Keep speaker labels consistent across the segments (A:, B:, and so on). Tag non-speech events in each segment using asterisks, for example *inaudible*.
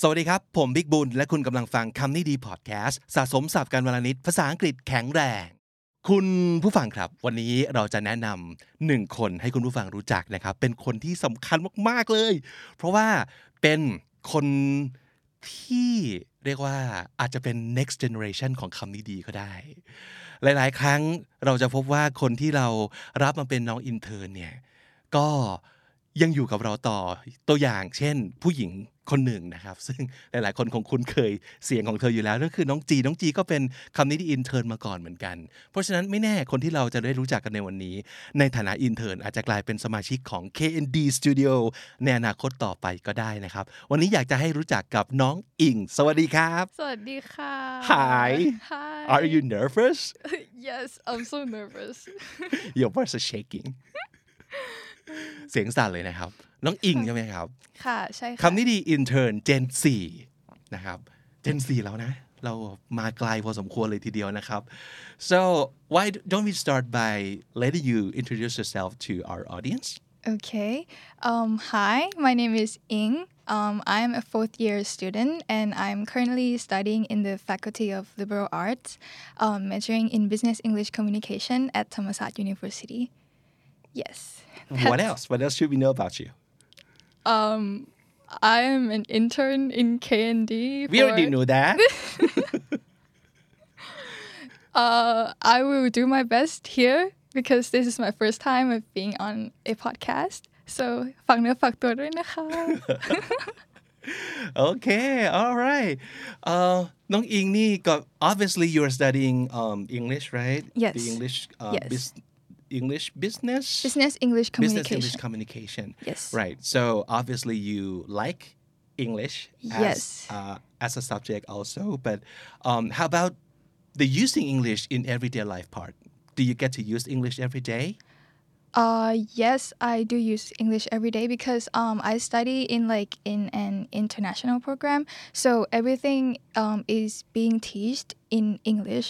A: สวัสดีครับ ผมบิ๊กบุญ และคุณกำลังฟังคำนี้ดีพอดแคสต์สะสมสับการวลานิดภาษาอังกฤษแข็งแรง คุณผู้ฟังครับ วันนี้เราจะแนะนำหนึ่งคนให้คุณผู้ฟังรู้จักนะครับ เป็นคนที่สำคัญมาก ๆ เลย เพราะว่าเป็นคนที่เรียกว่าอาจจะเป็น next generation ของคำนี้ดีก็ได้ หลาย ๆ ครั้งเราจะพบว่าคนที่เรารับมาเป็นน้องอินเทอร์เนี่ย ก็ยังอยู่กับเราต่อตัวอย่างเช่นผู้หญิงคนหนึ่งนะครับ ซึ่งหลายๆ คนคงคุ้นเคยเสียงของเธออยู่แล้วก็คือน้องจีน้องจีก็เป็นคำนี้ที่อินเทอร์นมาก่อนเหมือนกัน เพราะฉะนั้นไม่แน่คนที่เราจะได้รู้จักกันในวันนี้ ในฐานะอินเทอร์นอาจจะกลายเป็นสมาชิกของ KND Studio ในอนาคตต่อไปก็ได้นะครับ วันนี้อยากจะให้รู้จักกับน้องอิง สวัสดีครับ
B: สวัสดีค่ะ
A: Hi.
B: Hi
A: Are you nervous
B: *laughs* Yes I'm so nervous *laughs*
A: Your voice is shaking เสียงสั่นเลยนะครับ น้องอิงใช่ไหมครับ
B: ค่ะ ใช่ค่ะ
A: คำนี้ดี intern Gen 4นะครับ Gen 4แล้วนะ เรามาไกลพอสมควรเลยทีเดียวนะครับ so why don't we start by letting you introduce yourself to our audience
B: Okay. Um, hi, my name is Ying. Um, I'm a fourth year student and I'm currently studying in the Faculty of Liberal Arts, um, majoring in Business English Communication at Thammasat University. Yes.
A: what else what else should we know about you
B: Um, I am an intern in KND.
A: we already know
B: *laughs*
A: that
B: Uh, I will do my best here because this is my first time of being on a podcast. So ฝากเนื้อฝากตัวด้วยนะคะ
A: *laughs* okay all right uh น้องอิงนี่ก็ obviously you're studying um, English right
B: Yes.
A: the English uh,
B: Yes.
A: bus- English business
B: Business English
A: business
B: communication.
A: English communication.
B: Yes.
A: Right. So obviously you like English as,
B: Yes.
A: uh, as a subject also, but um, how about the using English in everyday life part? Do you get to use English every day?
B: Uh, yes, I do use English every day because um, I study in like in an international program, so everything um, is being taught in English,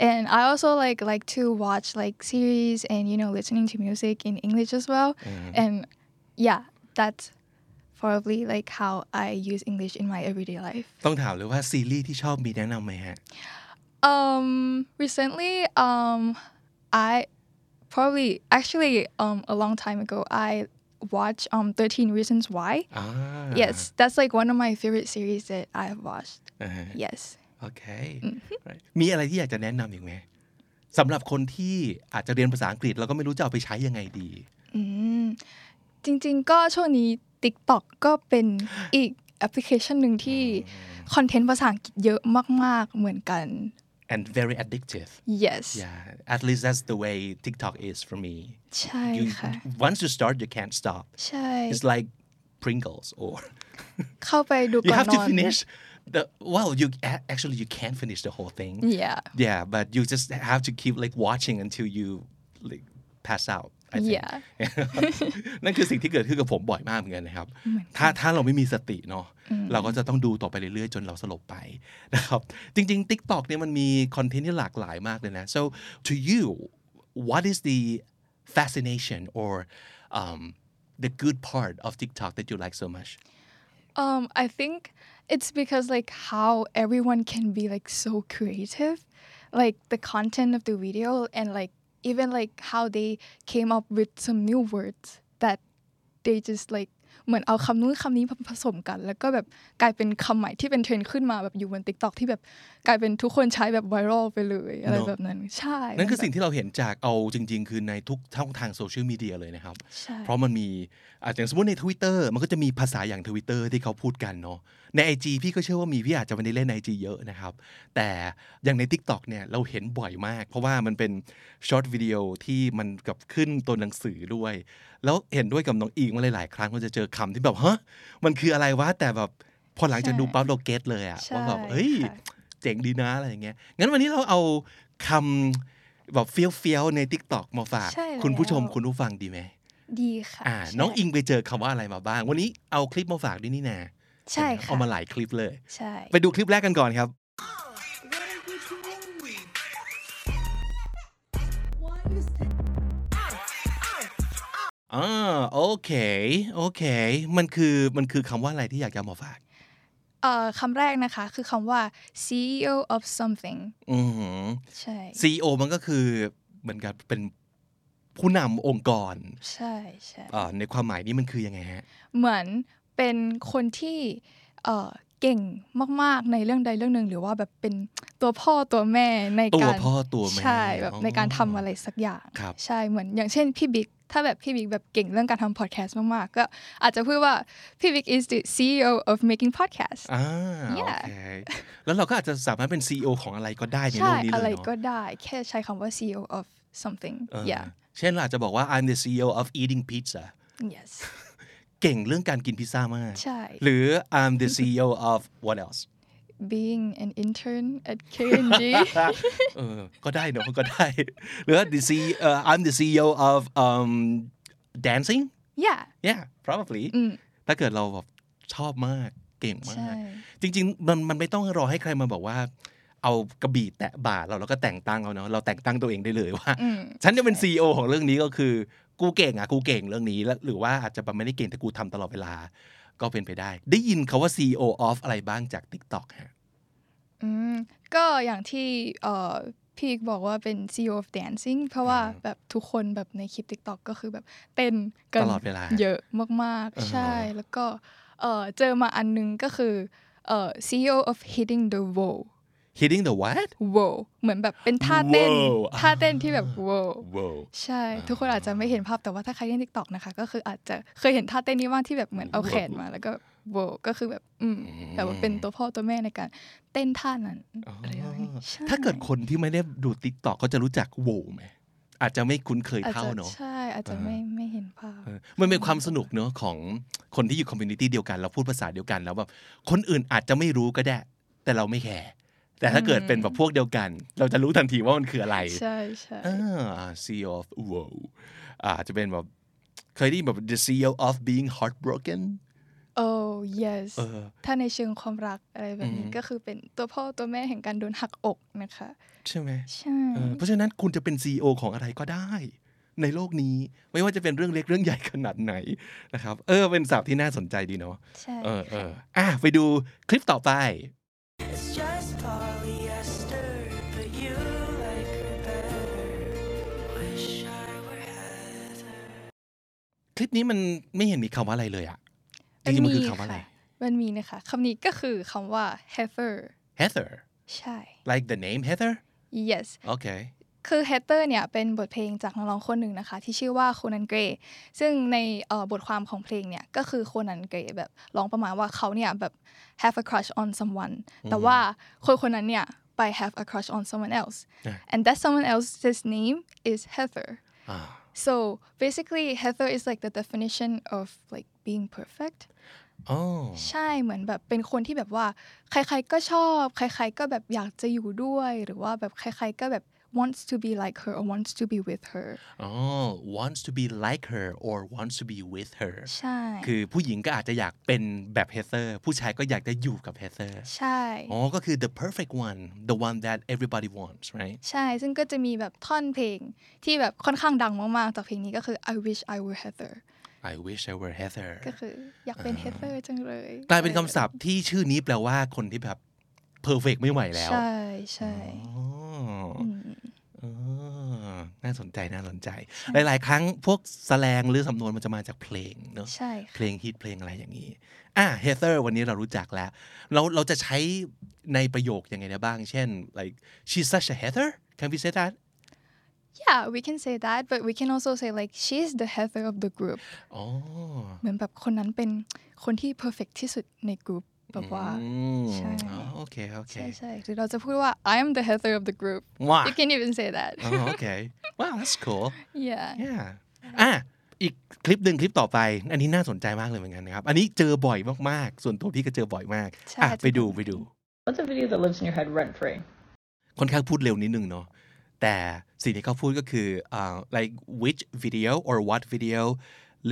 B: and I also like like to watch like series and you know listening to music in English as well,
A: Uh,
B: and yeah, that's probably like how I use English in my everyday life.
A: ต้องถามเลยว่าซีรีส์ที่ชอบมีแนะนำไหมฮะ
B: Um, recently, um, I probably actually um a long time ago I watched um Thirteen Reasons Why.
A: อ่า
B: Yes, that's like one of my favorite series that I have watched.
A: อ่า *laughs* ฮะ
B: Yes.
A: โอเค Right. มีอะไรที่อยากจะแนะนำอีกไหมสำหรับคนที่อาจจะเรียนภาษาอังกฤษแล้วก็ไม่รู้จะเอาไปใช้ยังไงดี
B: อืมจริงๆก็ช่วงนี้ TikTok ก็เป็นอีก
A: Mm.
B: แอปพลิเคชันหนึ่งที่คอนเทนต์ภาษาอังกฤษเยอะมากๆเหมือนกัน
A: and very addictive
B: Yes
A: yeah at least that's the way TikTok is for me you,
B: ใช่ค่ะ
A: once you start you can't stop
B: ใช่
A: it's like Pringles or *laughs*
B: เข้าไปดูก่อน
A: you have to
B: นอน
A: finish the well you a- actually you can't finish the whole thing
B: Yeah
A: yeah but you just have to keep like watching until you like pass out I think
B: Yeah
A: *laughs* นั่นคือสิ่งที่เกิดขึ้นกับผมบ่อยมากเหมือนกันนะครับ ถ้าถ้าเราไม่มีสติเนาะเราก็จะต้องดูต่อไปเรื่อยๆ จนเราสลบไปนะครับ จริงๆ TikTok เนี่ยมันมีคอนเทนต์ที่หลากหลายมากเลยนะ so to you what is the fascination or um, the good part of TikTok that you like so much
B: Um, I think it's because like how everyone can be like so creative, like the content of the video and like even like how they came up with some new words that they just like เหมือนเอาคำนู้นคำนี้ผสมกัน แล้วก็แบบกลายเป็นคำใหม่ที่เป็นเทรนด์ขึ้นมาแบบอยู่บน TikTok ที่แบบกลายเป็นทุกคนใช้แบบไวรัลไปเลยอะไร
A: เนอะ
B: แบบนั้นใช่
A: นั่นคือสิ่ง
B: มั
A: ที่เราเห็นจากเอาจริง ๆ คือในทุกช่องทางโซเชียลมีเดียเลยนะครับ
B: แบบใช่
A: เพราะมันมีอาจจะอย่างสมมติใน Twitter มันก็จะมีภาษาอย่าง Twitter ที่เขาพูดกันเนาะใน IG พี่ก็เชื่อว่ามีพี่อาจจะไม่ได้เล่น IG เยอะนะครับ แต่อย่างใน TikTok เนี่ยเราเห็นบ่อยมาก เพราะว่ามันเป็นช็อตวิดีโอที่มันกับขึ้นตัวหนังสือด้วย แล้วเห็นด้วยกับน้องอิงว่าหลาย ๆ ครั้งเราจะเจอคำที่แบบฮะมันคืออะไรวะแต่แบบพอหลังจากดูปั๊บเราเก็ตเลยอะ
B: ใช่
A: ว่าแบบเฮ้ย
B: ค่ะ
A: เจ๋งดีนะอะไรอย่างเงี้ย งั้นวันนี้เราเอาคำแบบเฟี้ยวๆใน TikTok มาฝาก
B: ใช่แล้ว
A: คุณผู้ชมคุณผู้ฟังดีไหม
B: ดีค่ะ
A: อ่า
B: ใช่
A: น้องอิงไปเจอคำว่าอะไรมาบ้าง วันนี้เอาคลิปมาฝากด้วยนี่นา
B: ใช่ค่ะ
A: เอามาหลายคลิปเลย
B: ใช่
A: ไปดูคลิปแรกกันก่อนครับ อ่าโอเค โอเค มันคือมันคือคำว่าอะไรที่อยากจะเอามาฝาก
B: เอ่อคำแรกนะคะ คือคำว่า CEO of something
A: อือหือ
B: ใช่
A: CEO มันก็คือเหมือนกับเป็นผู้นำองค์กร
B: ใช่ใช่
A: เอ่อในความหมายนี้มันคือยังไงฮะ
B: เหมือนเป็นคนที่เอ่อเก่งมาก ๆ ในเรื่องใดเรื่องหนึ่ง หรือว่าแบบเป็นตัวพ่อตัวแม่ใน
A: ตั
B: กาว ร
A: พ่อตัวแม่
B: ใช่แบบในการทำอะไร ไรสักอย่าง
A: ครับ
B: ใช่เหมือนอย่างเช่นพี่บิ๊กถ้าแบบพี่บิ๊กแบบเก่งเรื่องการทำพอดแคสต์มาก ๆ ก็อาจจะพูดว่าพี่บิ๊ก is the CEO of making podcast
A: อ่าโอ
B: Yeah
A: เคแล้วเราก็อาจจะสามารถเป็น CEO ของอะไรก็ได้ในโล
B: ใช่
A: กนี้
B: อะ
A: เล
B: ไร
A: ยเนาะ
B: ก็ได้แค่ใช้คำว่า CEO of something
A: เออ
B: yeah
A: เช่นเราอาจจะบอกว่า I'm the CEO of eating pizza
B: yes
A: เก่งเรื่องการกินพิซซ่ามาก
B: ใช่
A: หรือ I'm the CEO of what
B: *laughs*
A: else
B: being an intern at
A: *laughs*
B: KNG
A: เออก็ได้เนาะก็ได้ หรือ the CEO เอ่อ I'm the CEO of um dancing
B: yeah
A: yeah probably
B: อืม
A: ถ้าเกิดเราแบบชอบมากเก่งมา
B: ใช่
A: ก จริง ๆ มันมันไม่ต้องรอให้ใครมาบอกว่า เอากระบี่แตะบ่าเราแล้วก็แต่งตั้งเขาเนาะเราแต่งตั้งตัวเองได้เลยว่า
B: อืม
A: ฉันจะเป็นซีอของเรื่องนี้ก็คือ กูเก่งอ่ะกูเก่งเรื่องนี้แล้วหรือว่าอาจจะไม่ได้เก่งแต่กูทำตลอดเวลา ก็เป็นไปได้ ได้ยินคาว่า CEO of อะไรบ้างจาก TikTok ฮะ
B: อืมก็อย่างที่เอ่อพี่บอกว่าเป็น CEO of dancing เพราะว่าแบบทุกคนแบบในคลิป TikTok ก็คือแบบเต้นกั
A: ต
B: น
A: ลอดเวลา
B: เยอะมาก
A: อ่าฮะ
B: ๆ ใช่แล้วก็เอ่อเจอมาอันนึงก็คือเอ่อ CEO of hitting the wall
A: hitting the what
B: wall เหมือนแบบเป็นท่าเต้น
A: Wall
B: ท่าเต้นที่แบบ wall
A: wow
B: ใช่ ทุกคนอาจจะไม่เห็นภาพแต่ว่าถ้าใครเล่น t ิ k t o k นะคะ ก็คืออาจจะเคยเห็นท่าเต้นนี้บ้างที่แบบเหมือนเอาแขนมา แล้วก็โบกก็คือแบบ อืมแบบว่าเป็นตัวพ่อตัวแม่ในการเต้นท่านั้นอะไรอย่างนี้ใช่
A: ถ้าเกิดคนที่ไม่ได้ดู TikTok ก็จะรู้จัก wow ไหมอาจจะไม่คุ้นเคย
B: อาจ
A: เท่า
B: จะ
A: เนาะ
B: ใช่อาจจะไม่ไม่เห็นภาพ
A: เออมันเป็นความสนุกเนอะของคนที่อยู่คอมมูนิตี้เดียวกันเราพูดภาษาเดียวกันแล้วแบบคนอื่นอาจจะไม่รู้ก็ได้ แต่เราไม่แคร์แต่ถ้าเกิดเป็นแบบพวกเดียวกัน เราจะรู้ทันทีว่ามันคืออะไร
B: ใช่ใช่
A: อ่า CEO of wow อาจจะเป็นแบบเคยได้ยินแบบ the CEO of being heartbroken
B: โอ้ yes
A: เออ
B: ถ้าในเชิงความรักอะไรแบบ
A: อื
B: นี้
A: ม
B: ก็คือเป็นตัวพ่อตัวแม่แห่งการโดนหักอกนะคะ
A: ใช่ไหม
B: ใช่
A: เออเพราะฉะนั้นคุณจะเป็น CEO ของอะไรก็ได้ ในโลกนี้ ไม่ว่าจะเป็นเรื่องเล็กเรื่องใหญ่ขนาดไหนนะครับเออเป็นศัพท์ที่น่าสนใจดีเนาะ
B: ใช่
A: เออเอออ่ะไปดูคลิปต่อไป
C: It's just polyester, but you like her better. Wish I were Heather.
A: คลิปนี้มันไม่เห็นมีคำว่าอะไรเลยอะจริงๆมันคือคำว่าอะไร
B: มันมีนะคะคำนี้ก็คือคำว่า heifer
A: Heather
B: ใช่
A: like the name Heather
B: yes
A: okay
B: คือ Hater เนี่ยเป็นบทเพลงจากนักร้องคนหนึ่งนะคะ ที่ชื่อว่าโคนันเกรย์ซึ่งในเอ่อบทความของเพลงเนี่ย ก็คือโคนันเกรย์แบบร้องประมาณว่าเขาเนี่ยแบบ have a crush on someone แต่ว่าคนคนนั้นเนี่ยไป have a crush on someone else
A: อ่ะ
B: and that someone else's name is Heather
A: อ่า
B: so basically Heather is like the definition of like being perfect
A: อ๋อ
B: ใช่เหมือนแบบเป็นคนที่แบบว่า ใครๆก็ชอบ ใครๆก็แบบอยากจะอยู่ด้วย หรือว่าแบบใครๆก็แบบ wants to be like her or wants to be with her
A: อ๋อ wants to be like her or wants to be with her
B: ใช่
A: คือผู้หญิงก็อาจจะอยากเป็นแบบ Heather ผู้ชายก็อยากจะอยู่กับ Heather
B: ใช่
A: อ๋อ ก็คือ the perfect one the one that everybody wants right
B: ใช่ ซึ่งก็จะมีแบบท่อนเพลงที่แบบค่อนข้างดังมากๆ จากเพลงนี้ก็คือ I wish I were Heather
A: I wish I were Heather
B: *laughs* ก็คืออยากเป็น Heather จังเลย
A: กลายเป็นคำศัพท์ที่ชื่อนี้แปลว่าคนที่แบบ perfect ไม่ไหวแล้ว
B: ใช่ใช่
A: อ๋ออ
B: อืม
A: อ่าน่าสนใจน่าสนใจ หลาย ๆ ครั้งพวกแสแลงหรือสำนวนมันจะมาจากเพลงเนอะ
B: ใช่
A: เพ
B: ค่ะ
A: ลงฮิตเพลงอะไรอย่างนี้อ่ะเฮเ e อร์วันนี้เรารู้จักแล้ว เราเราจะใช้ในประโยคยังไงได้บ้าง เช่น like she's such a Heather can we say that
B: yeah we can say that but we can also say like she's the Heather of the group
A: อ๋อ
B: เหมือนแบบคนนั้นเป็นคนที่ perfect ที่สุดในกลุ่มแบบว่า
A: อืม
B: ใช่
A: อ๋อโอเค โอเค
B: ใช่ใช่หรือเราจะพูดว่า I am the heather of the group
A: ว้า
B: you can even say that
A: *laughs* อ๋อโอเค ว้าว that's
B: *laughs*
A: cool
B: yeah
A: yeah อ่ะอีกคลิปหนึ่งคลิปต่อไป อันนี้น่าสนใจมากเลยเหมือนกันนะครับ อันนี้เจอบ่อยมาก ๆ ส่วนตัวพี่ก็เจอบ่อยมาก
B: ใช่
A: อ่ะ
B: จะ
A: ไปดู
B: บ่อย
A: ไปดู
D: What's a video that lives in your head rent free?
A: ค่อนข้างพูดเร็วนิดนึงเนาะแต่สิ่งที่เขาพูดก็คืออ่า like which video or what video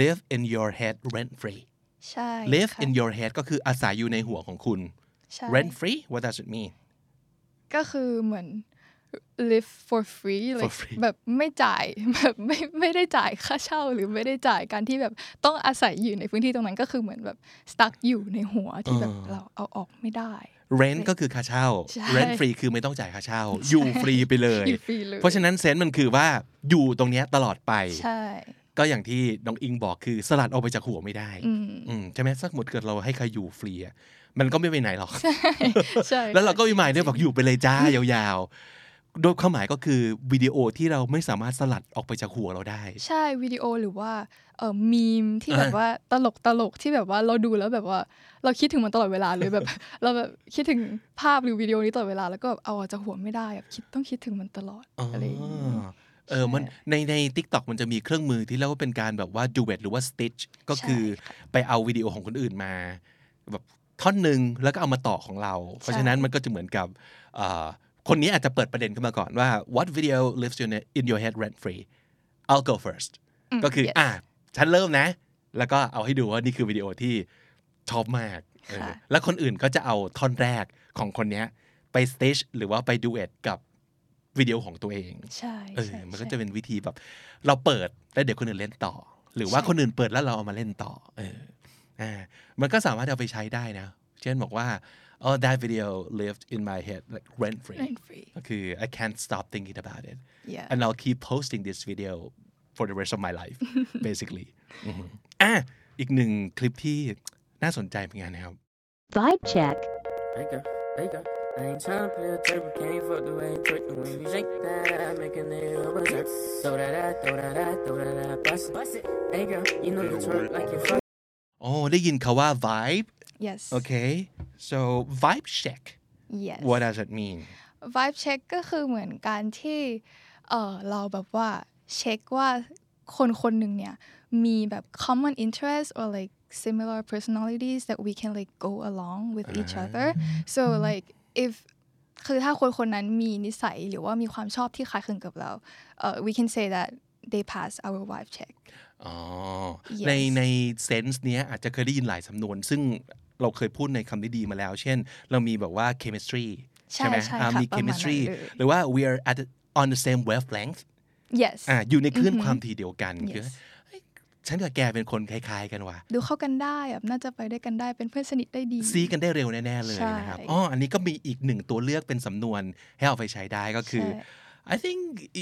A: live in your head rent free
B: ใช่ค่ะ
A: live in your head ก็คืออาศัยอยู่ในหัวของคุณ
B: ใช่
A: rent free what does it mean
B: ก็คือเหมือน live for free like
A: free
B: แบบไม่จ่าย *laughs* แบบไม่ไม่ได้จ่ายค่าเช่าหรือไม่ได้จ่ายการที่แบบต้องอาศัยอยู่ในพื้นที่ตรงนั้นก็คือเหมือนแบบ stuck อยู่ในหัวที่แบบ
A: อ่า
B: เราเอาออกไม่ได้
A: rent ก็คือค่าเช่า
B: ใช่
A: rent ฟรีคือไม่ต้องจ่ายค่าเช่า
B: *laughs*
A: อยู่ฟรีไปเลย
B: อยู่ฟรีเลย
A: เพราะฉะนั้นเซนส์มันคือว่าอยู่ตรงเนี้ยตลอดไป
B: ใช่
A: ก็อย่างที่น้องอิงบอกคือสลัดออกไปจากหัวไม่ได้
B: อืม
A: อืมใช่ไหมสักหมดเกิดเราให้ใครอยู่ฟรีอะมันก็ไม่ไปไหนหรอก
B: ใช่
A: แล้วเราก็มีหมายด้วยบอกอยู่ไปเลยจ้าย *laughs* าวๆ โดยความหมายก็คือวิดีโอที่เราไม่สามารถสลัดออกไปจากหัวเราได้
B: ใช่วิดีโอหรือว่าเอ่อมีมที่
A: อ่า
B: แบบว่าตลกตลกที่แบบว่าเราดูแล้วแบบว่า เราคิดถึงมันตลอดเวลาเลยแบบ *laughs* เราแบบคิดถึงภาพหรือวิดีโอนี้ตลอดเวลาแล้วก็แบบเอาออกจากหัวไม่ได้แบบคิดต้องคิดถึงมันตลอดอะไรอย่างเงี้ย
A: เออมันในใน t ิ k t o k มันจะมีเครื่องมือที่เรียกว่าเป็นการแบบว่าดูเ e t หรือว่า stitch ก็คือไปเอาวิดีโอของคนอื่นมาแบบท่อนหนึ่งแล้วก็เอามาต่อของเรา เพราะฉะนั้นมันก็จะเหมือนกับเอ่อคนนี้อาจจะเปิดประเด็นขึ้นมาก่อนว่า what video lives your ne- in your head rent free I'll go first
B: ม
A: ก็คือ
B: yes
A: อ่ะฉันเริ่มนะ แล้วก็เอาให้ดูว่านี่คือวิดีโอที่ชอบมากเออ
B: ค่ะ
A: แล้วคนอื่นก็จะเอาท่อนแรกของคนเนี้ยไป stitch หรือว่าไปดูเอทกับวิดีโอของตัวเอง
B: ใช่
A: เออ
B: ใช่
A: มันก็
B: ใช่
A: จะเป็นวิธีแบบ เราเปิดแล้วเดี๋ยวคนอื่นเล่นต่อ หรือว่า
B: ใช่
A: คนอื่นเปิดแล้วเราเอามาเล่นต่อ เออ อ่า มันก็สามารถเอาไปใช้ได้นะ เช่นบอกว่า oh that video lived in my head like rent free
B: rent free
A: ก็คือ I can't stop thinking about it
B: yeah
A: and I'll keep posting this video for the rest of my
B: *laughs*
A: life basically อือฮึอ่ะอีกหนึ่งคลิปที่น่าสนใจเป็นไงนะครับ
E: Vibe check.
F: Wake up, wake up. I ain't tryna play a type of game, fuck the way you twerk, the way you shake that, I make a nigga wanna jerk. Throw that out, throw that out, throw that out, bust it, bust it. Hey girl, you know you twerk like you fuck.
A: โอ้ได้ยินคาว่า vibe
B: yes
A: okay so vibe check
B: yes
A: what does it mean
B: vibe check ก็คือเหมือนการที่เออเราแบบว่าเช็คว่าคนคนหนึ่งเนี่ย มีแบบ common interest or like similar personalities that we can like go along with each other so like if คือถ้าคนคนนั้นมีนิสัยหรือว่ามีความชอบที่คล้ายคลึงกับเราเอ่อ we can say that they pass our vibe check
A: อ๋อ
B: Yes.
A: ในในเซนส์เนี้ยอาจจะเคยได้ยินหลายสำนวน ซึ่งเราเคยพูดในคำนี้ดีมาแล้ว เช่น เรามีแบบว่า chemistry
B: ใช่
A: ใช่ไหม
B: ใช่
A: อ่า
B: ค่ะ
A: มี
B: ประมาณนั้น
A: chemistry
B: เลย
A: หรือว่า we are at the- on the same wavelength
B: yes
A: อ่าอยู่ในคลื่นความถี่เดียวกัน
B: Yes
A: คือเฮ้ยฉันกับแกเป็นคนคล้าย ๆ กันว่ะ
B: ดูเข้ากันได้แบบน่าจะไปด้วยกันได้เป็นเพื่อนสนิทได้ดี
A: ซีกันได้เร็วแน่ ๆ เลย
B: ใช่
A: นะครับอ๋ออันนี้ก็มีอีกหนึ่งตัวเลือกเป็นสำนวนให้เอาไปใช้ได้ก็คือ
B: ใช่
A: I think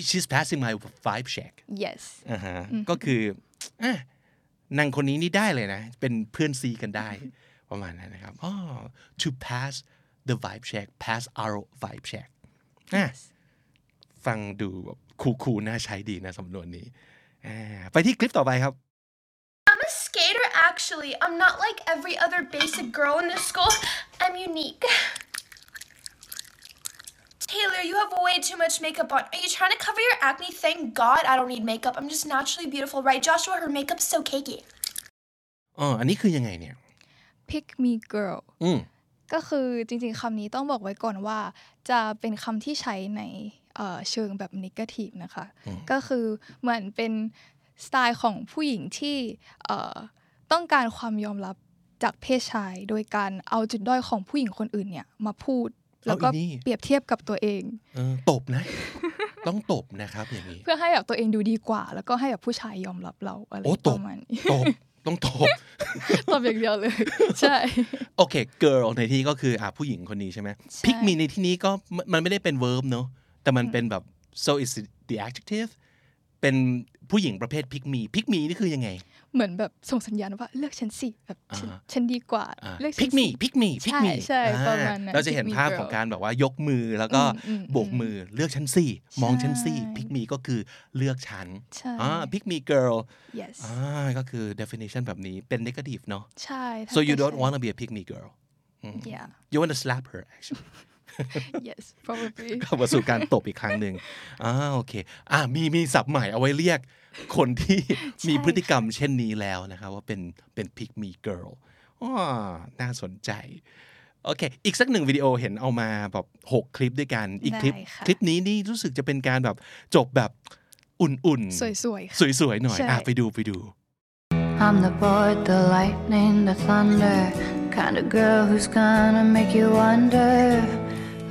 A: she's passing my vibe check
B: yes
A: อ่าฮะก็คืออ่ะนางคนนี้นี่ได้เลยนะ เป็นเพื่อนซีกันได้ ประมาณนั้นนะครับอ๋อ to pass the vibe check pass our vibe check อ่ะฟังดูแบบคูลๆน่าใช้ดีนะสำนวนนี้อ่าไปที่คลิปต่อไปครับ
G: I'm a skater, actually. I'm not like every other basic girl in this school. I'm unique. Taylor, you have way too much makeup on. Are you trying to cover your acne? Thank God I don't need makeup. I'm just naturally beautiful, right, Joshua? Her makeup's so cakey.
A: อ๋อ อันนี้คือยังไงเนี่ย
B: pick me girl
A: อืม
B: ก็คือจริงๆคำนี้ต้องบอกไว้ก่อนว่า จะเป็นคำที่ใช้ในเอ่อเชิงแบบนิเกทีฟนะคะ ก็คือเหมือนเป็นสไตล์ของผู้หญิงที่เอ่อต้องการความยอมรับจากเพศชาย โดยการเอาจุดด้อยของผู้หญิงคนอื่นเนี่ยมาพูด แล้วก็
A: เอาอีนี่
B: เปรียบเทียบกับตัวเอง
A: เออตบนะ ต้องตบนะครับอย่างนี้
B: เพื่อให้แบบตัวเองดูดีกว่า แล้วก็ให้แบบผู้ชายยอมรับเราอะไร
A: โอ้
B: ป
A: ตบ
B: ระมาณนี้
A: ตบ ต้องตบ
B: ตอบอย่างเดียว
A: *laughs*
B: เลย ใช่
A: โอเค girl ในที่นี้ก็คืออ่ะผู้หญิงคนนี้ใช่ไหม
B: ใช่
A: pick me ในที่นี้ก็มันมันไม่ได้เป็น verb เนอะแต่มันเป็นแบบ so is it the adjective เป็นผู้หญิงประเภท pick me pick me นี่คือยังไง
B: เหมือนแบบส่งสัญญาณว่าเลือกฉันสิแบบฉันฉันดีกว่า
A: อ่า
B: เลือกฉัน
A: pick me
B: สิ
A: pick me pick me
B: ใช่ใช่ประมาณนั้น
A: อ่เราจะเห็น
B: pick me
A: ภาพ
B: girl
A: ของการแบบว่ายกมือแล้วก็
B: อืมอืม
A: โบกมือเลือกฉันสิมองฉันสิ
B: ใช่
A: พิกมีก็คือเลือกฉัน
B: ใช่
A: อ่า pick me girl
B: yes
A: อ่าก็คือ definition แบบนี้เป็น negative เนอะ
B: ใช่ถ้า
A: so you
B: จะ
A: don't
B: ใช้
A: want to be a pick me girl
B: yeah
A: you want to slap her actually
B: yes
A: *laughs*
B: probably
A: กลับมาสู่การตบอีกครั้งหนึ่ง *laughs* อ่าโอเค อ่ามีมีศัพท์ใหม่เอาไว้เรียก คนที่
B: *laughs*
A: มีพฤติกรรมเช่นนี้แล้วนะครับว่าเป็นเป็น pick me girl อ๋อน่าสนใจ โอเค อีกสักหนึ่งวิดีโอเห็นเอามาแบบหกคลิปด้วยกัน อีกคลิป
B: ได้ค่ะ
A: คลิปนี้นี่รู้สึกจะเป็นการแบบจบแบบอุ่นๆ
B: สวยๆค่ะ
A: สวยๆหน่อย
B: ใช่
A: อ่ะไปดูไปดู
H: I'm the board, the lightning, the thunder. Kind of girl who's gonna make you wonder.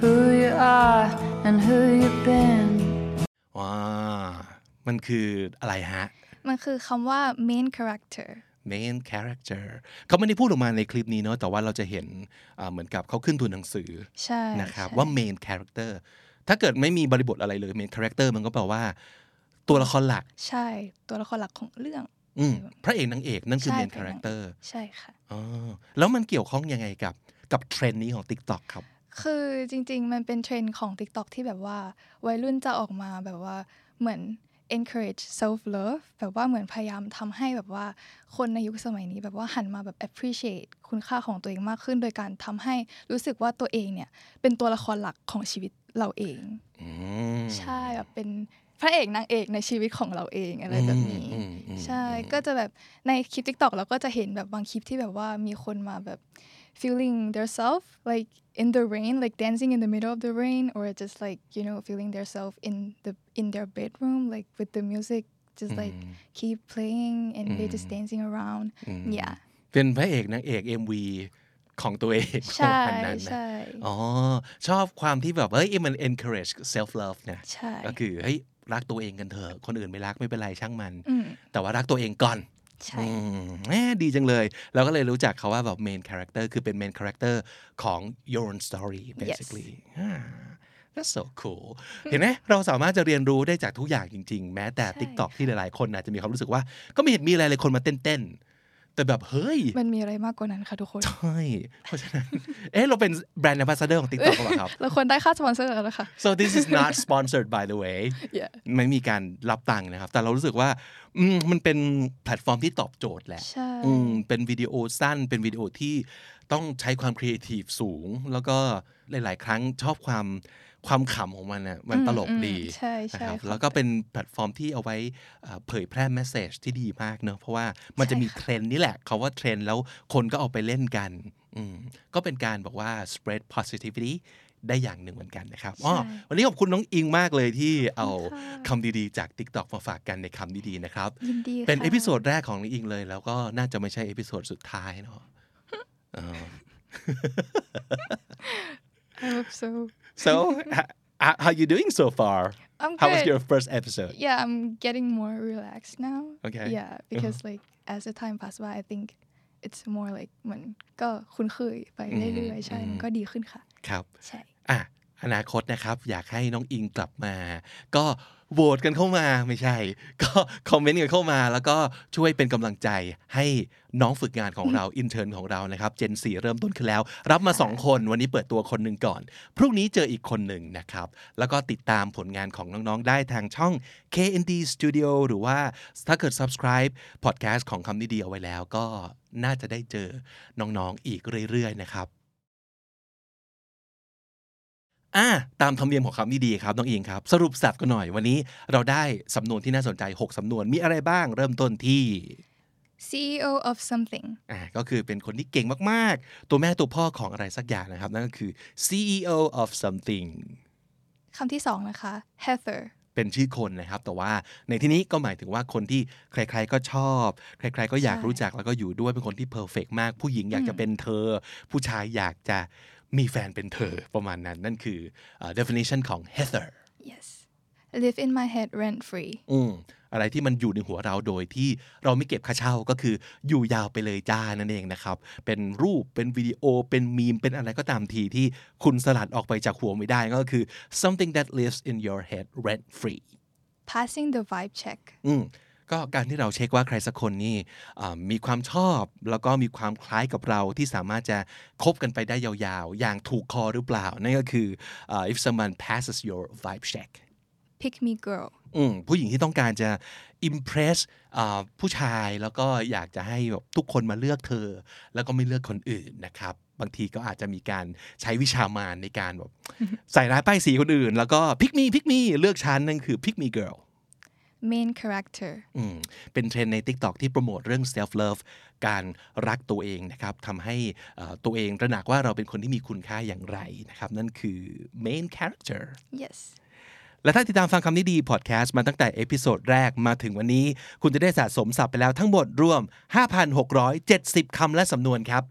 H: who you are and who you've been.
A: ว้ามันคืออะไรฮะ
B: มันคือคำว่า main character
A: main character เขาไม่ได้พูดออกมาในคลิปนี้เนอะแต่ว่าเราจะเห็นอ่าเหมือนกับเขาขึ้นตัวหนังสือ
B: ใช่
A: นะครับ
B: ใช่
A: ว่า main character ถ้าเกิดไม่มีบริบทอะไรเลย main character มันก็แปลว่า ตัวละครหลัก
B: ใช่ตัวละครหลักของเรื่อง
A: อืมพระเอกนางเอกนั่นคือ
B: ใช่
A: main
B: พระเอกนางเอก
A: character
B: ใช่ค่ะ
A: อ๋อแล้วมันเกี่ยวข้องยังไงกับ กับเทรนด์นี้ของ TikTok ครับ
B: คือจริงๆ มันเป็นเทรนด์ของ TikTok ที่แบบว่า วัยรุ่นจะออกมาแบบว่าเหมือน encourage self love แบบว่าเหมือนพยายามทำให้แบบว่าคนในยุคสมัยนี้แบบว่าหันมาแบบ appreciate คุณค่าของตัวเองมากขึ้น โดยการทำให้รู้สึกว่าตัวเองเนี่ยเป็นตัวละครหลักของชีวิตเราเอง
A: อืม
B: ใช่แบบเป็นพระเอกนางเอกในชีวิตของเราเองอะไรแบบนี้
A: อืมอืมอืม
B: ใช่
A: อืม
B: ก็จะแบบในคลิป TikTok เราก็จะเห็นแบบบางคลิปที่แบบว่ามีคนมาแบบ feeling their self like in the rain like dancing in the middle of the rain or just like you know feeling their self in the in their bedroom like with the music just like keep playing and they just dancing around
A: *laughs*
B: yeah
A: เป็นพระเอกนางเอก MV ของตัวเอง
B: ใช่
A: ประมาณนั้นนะ
B: ใช่
A: อ๋อ ชอบความที่แบบ เฮ้ยมัน encourage self love นะ
B: ใช่
A: ก็คือเฮ้ยรักตัวเองกันเถอะคนอื่นไม่รักไม่เป็นไรช่างมัน
B: อืม
A: แต่ว่ารักตัวเองก่อน
B: ใช่
A: อืมแหมดีจังเลย เราก็เลยรู้จักเขาว่าแบบ main character คือเป็น main character ของ your own story basically อ่า that's so cool เห็นไหมเราสามารถจะเรียนรู้ได้จากทุกอย่างจริง ๆ แม้แต่
B: ใช่
A: TikTok ที่หลายๆ คนอาจจะมีความรู้สึกว่า ก็ไม่เห็นมีอะไรเลยคนมาเต้นๆ แต่แบบเฮ้ย
B: *laughs* มัน *laughs* มีอะไรมากกว่านั้นค่ะทุกคน
A: *laughs* ใช่เพราะฉะนั้น *laughs* เอ๊ะ เราเป็นแบรนด์ ambassador ของ TikTok หรือเปล่า
B: *laughs*
A: ครับ
B: เราควรได้ค่าสปอนเซอร์แล้วนะคะ
A: so this is not sponsored by the way
B: yeah
A: ไม่มีการรับตังค์นะครับ แต่เรารู้สึกว่าอืมมันเป็นแพลตฟอร์มที่ตอบโจทย์แหละ
B: ใช่
A: อืมเป็นวิดีโอสั้นเป็นวิดีโอที่ต้องใช้ความครีเอทีฟสูง แล้วก็หลาย ๆ ครั้งชอบความความขำของมันน่ะมัน
B: อืม
A: ตลก
B: อืม
A: ดี
B: ใช่
A: นะ
B: ใช่
A: ครับ
B: ค่ะ
A: แล้วก็เป็นแพลตฟอร์มที่เอาไว้เอ่อเผยแพร่เมสเซจที่ดีมากเนอะเพราะว่ามันจะมี
B: ใช่ค่ะ
A: เทรนด์นี่แหละเขาว่าเทรนด์แล้วคนก็เอาไปเล่นกันอืมก็เป็นการบอกว่า spread positivity ได้อย่างหนึ่งเหมือนกันนะครับอ๋อ
B: ใช่
A: วันนี้ขอบคุณน้องอิงมากเลยที่เอาคำดีๆ จาก TikTok มาฝากกันในคำดีๆนะครับ
B: ยินดี
A: เป็น
B: ค่ะ
A: เอพิโซดแรกของนิงอิงเลย แล้วก็น่าจะไม่ใช่เอพิโซดสุดท้ายเนาะ
B: *laughs*
A: เอ *laughs* อ
B: I hope so
A: so h- h- how you doing so far
B: I'm
A: how was
B: good.
A: your first episode
B: *laughs* yeah, I'm getting more relaxed now.
A: Okay. Uh-huh.
B: Yeah, because like as the time passes by, I think it's more like เหมือนก็คุ้นเคยไป
A: Mm-hmm,
B: เรื่อยๆใช่ มันก็ดีขึ้นค่ะ
A: ครับ
B: ใช่
A: อ่ะอนาคตนะครับ อยากให้น้องอิงกลับมา ก็โหวตกันเข้ามาไม่ใช่ *laughs* ก็คอมเมนต์กันเข้ามา แล้วก็ช่วยเป็นกำลังใจให้น้องฝึกงานของเรา อินเทอร์นของเรานะครับเจนสีเริ่มต้นขึ้นแล้ว รับมาสองคนวันนี้เปิดตัวคนหนึ่งก่อน พรุ่งนี้เจออีกคนหนึ่งนะครับ แล้วก็ติดตามผลงานของน้องๆ ได้ทางช่อง KND Studio หรือว่าถ้าเกิด subscribe podcast ของคำนี้ดีเอาไว้แล้ว ก็น่าจะได้เจอน้องๆ อีกเรื่อยๆ นะครับ อ่ะตามธรรมเนียมของคำนี้ดีครับ น้องอิงครับ สรุปสับกันหน่อยวันนี้เราได้สำนวนที่น่าสนใจ 6 สำนวนมีอะไรบ้าง เริ่มต้นที่
B: CEO E of something
A: อ่าก็คือเป็นคนที่เก่งมากๆ ตัวแม่ตัวพ่อของอะไรสักอย่างนะครับ นั่นก็คือ CEO of something
B: คำที่สองนะคะ Heather
A: เป็นชื่อคนนะครับ แต่ว่าในที่นี้ก็หมายถึงว่าคนที่ใครๆก็ชอบ ใครๆก็อยาก
B: ใช่
A: รู้จักแล้วก็อยู่ด้วยเป็นคนที่เพอร์เฟกมาก ผู้หญิงอยากจะเป็นเธอ ผู้ชายอยากจะมีแฟนเป็นเธอประมาณนั้น นั่นคือเอ่อ definition ของ Heather
B: yes live in my head rent free
A: อืมอะไรที่มันอยู่ในหัวเราโดยที่เราไม่เก็บค่าเช่าก็คืออยู่ยาวไปเลยจ้านั่นเองนะครับ เป็นรูปเป็นวิดีโอเป็นมีม เป็นอะไรก็ตามทีที่คุณสลัดออกไปจากหัวไม่ได้ก็คือ something that lives in your head rent free
B: passing the vibe check
A: อืมก็การที่เราเช็คว่าใครสักคนนี่อ่ามีความชอบ แล้วก็มีความคล้ายกับเราที่สามารถจะคบกันไปได้ยาวๆ อย่างถูกคอหรือเปล่า นั่นก็คืออ่า if someone passes your vibe check
B: pick me girl
A: อืมผู้หญิงที่ต้องการจะ impress อ่าผู้ชายแล้วก็อยากจะให้แบบทุกคนมาเลือกเธอ แล้วก็ไม่เลือกคนอื่นนะครับ บางทีก็อาจจะมีการใช้วิชามารในการแบบ ใส่ร้ายป้ายสีคนอื่น แล้วก็พิกมีพิกมีเลือกฉันนั่นคือพิกมี girl
B: main character
A: อืมเป็นเทรนด์ใน TikTok ที่โปรโมทเรื่อง self love การรักตัวเองนะครับทำให้เอ่อตัวเองตระหนักว่าเราเป็นคนที่มีคุณค่าอย่างไรนะครับนั่นคือ main character
B: yes
A: และถ้าติดตามฟังคำนี้ดีพอดแคสต์มาตั้งแต่เอพิโซดแรกมาถึงวันนี้ คุณจะได้สะสมศัพท์ไปแล้วทั้งหมดรวม 5,670 คำและสำนวนครับ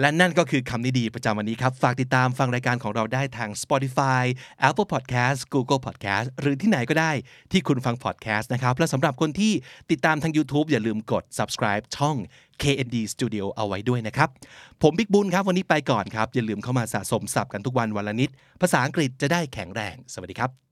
A: และนั่นก็คือคำนี้ดีประจำวันนี้ครับ ฝากติดตามฟังรายการของเราได้ทาง Spotify Apple Podcast Google Podcast หรือที่ไหนก็ได้ที่คุณฟัง podcast นะครับ และสำหรับคนที่ติดตามทาง YouTube อย่าลืมกด subscribe ช่อง KND Studio เอาไว้ด้วยนะครับ ผมบิ๊กบุญครับ วันนี้ไปก่อนครับ อย่าลืมเข้ามาสะสมศัพท์กันทุกวันวันละนิด ภาษาอังกฤษจะได้แข็งแรง สวัสดีครับ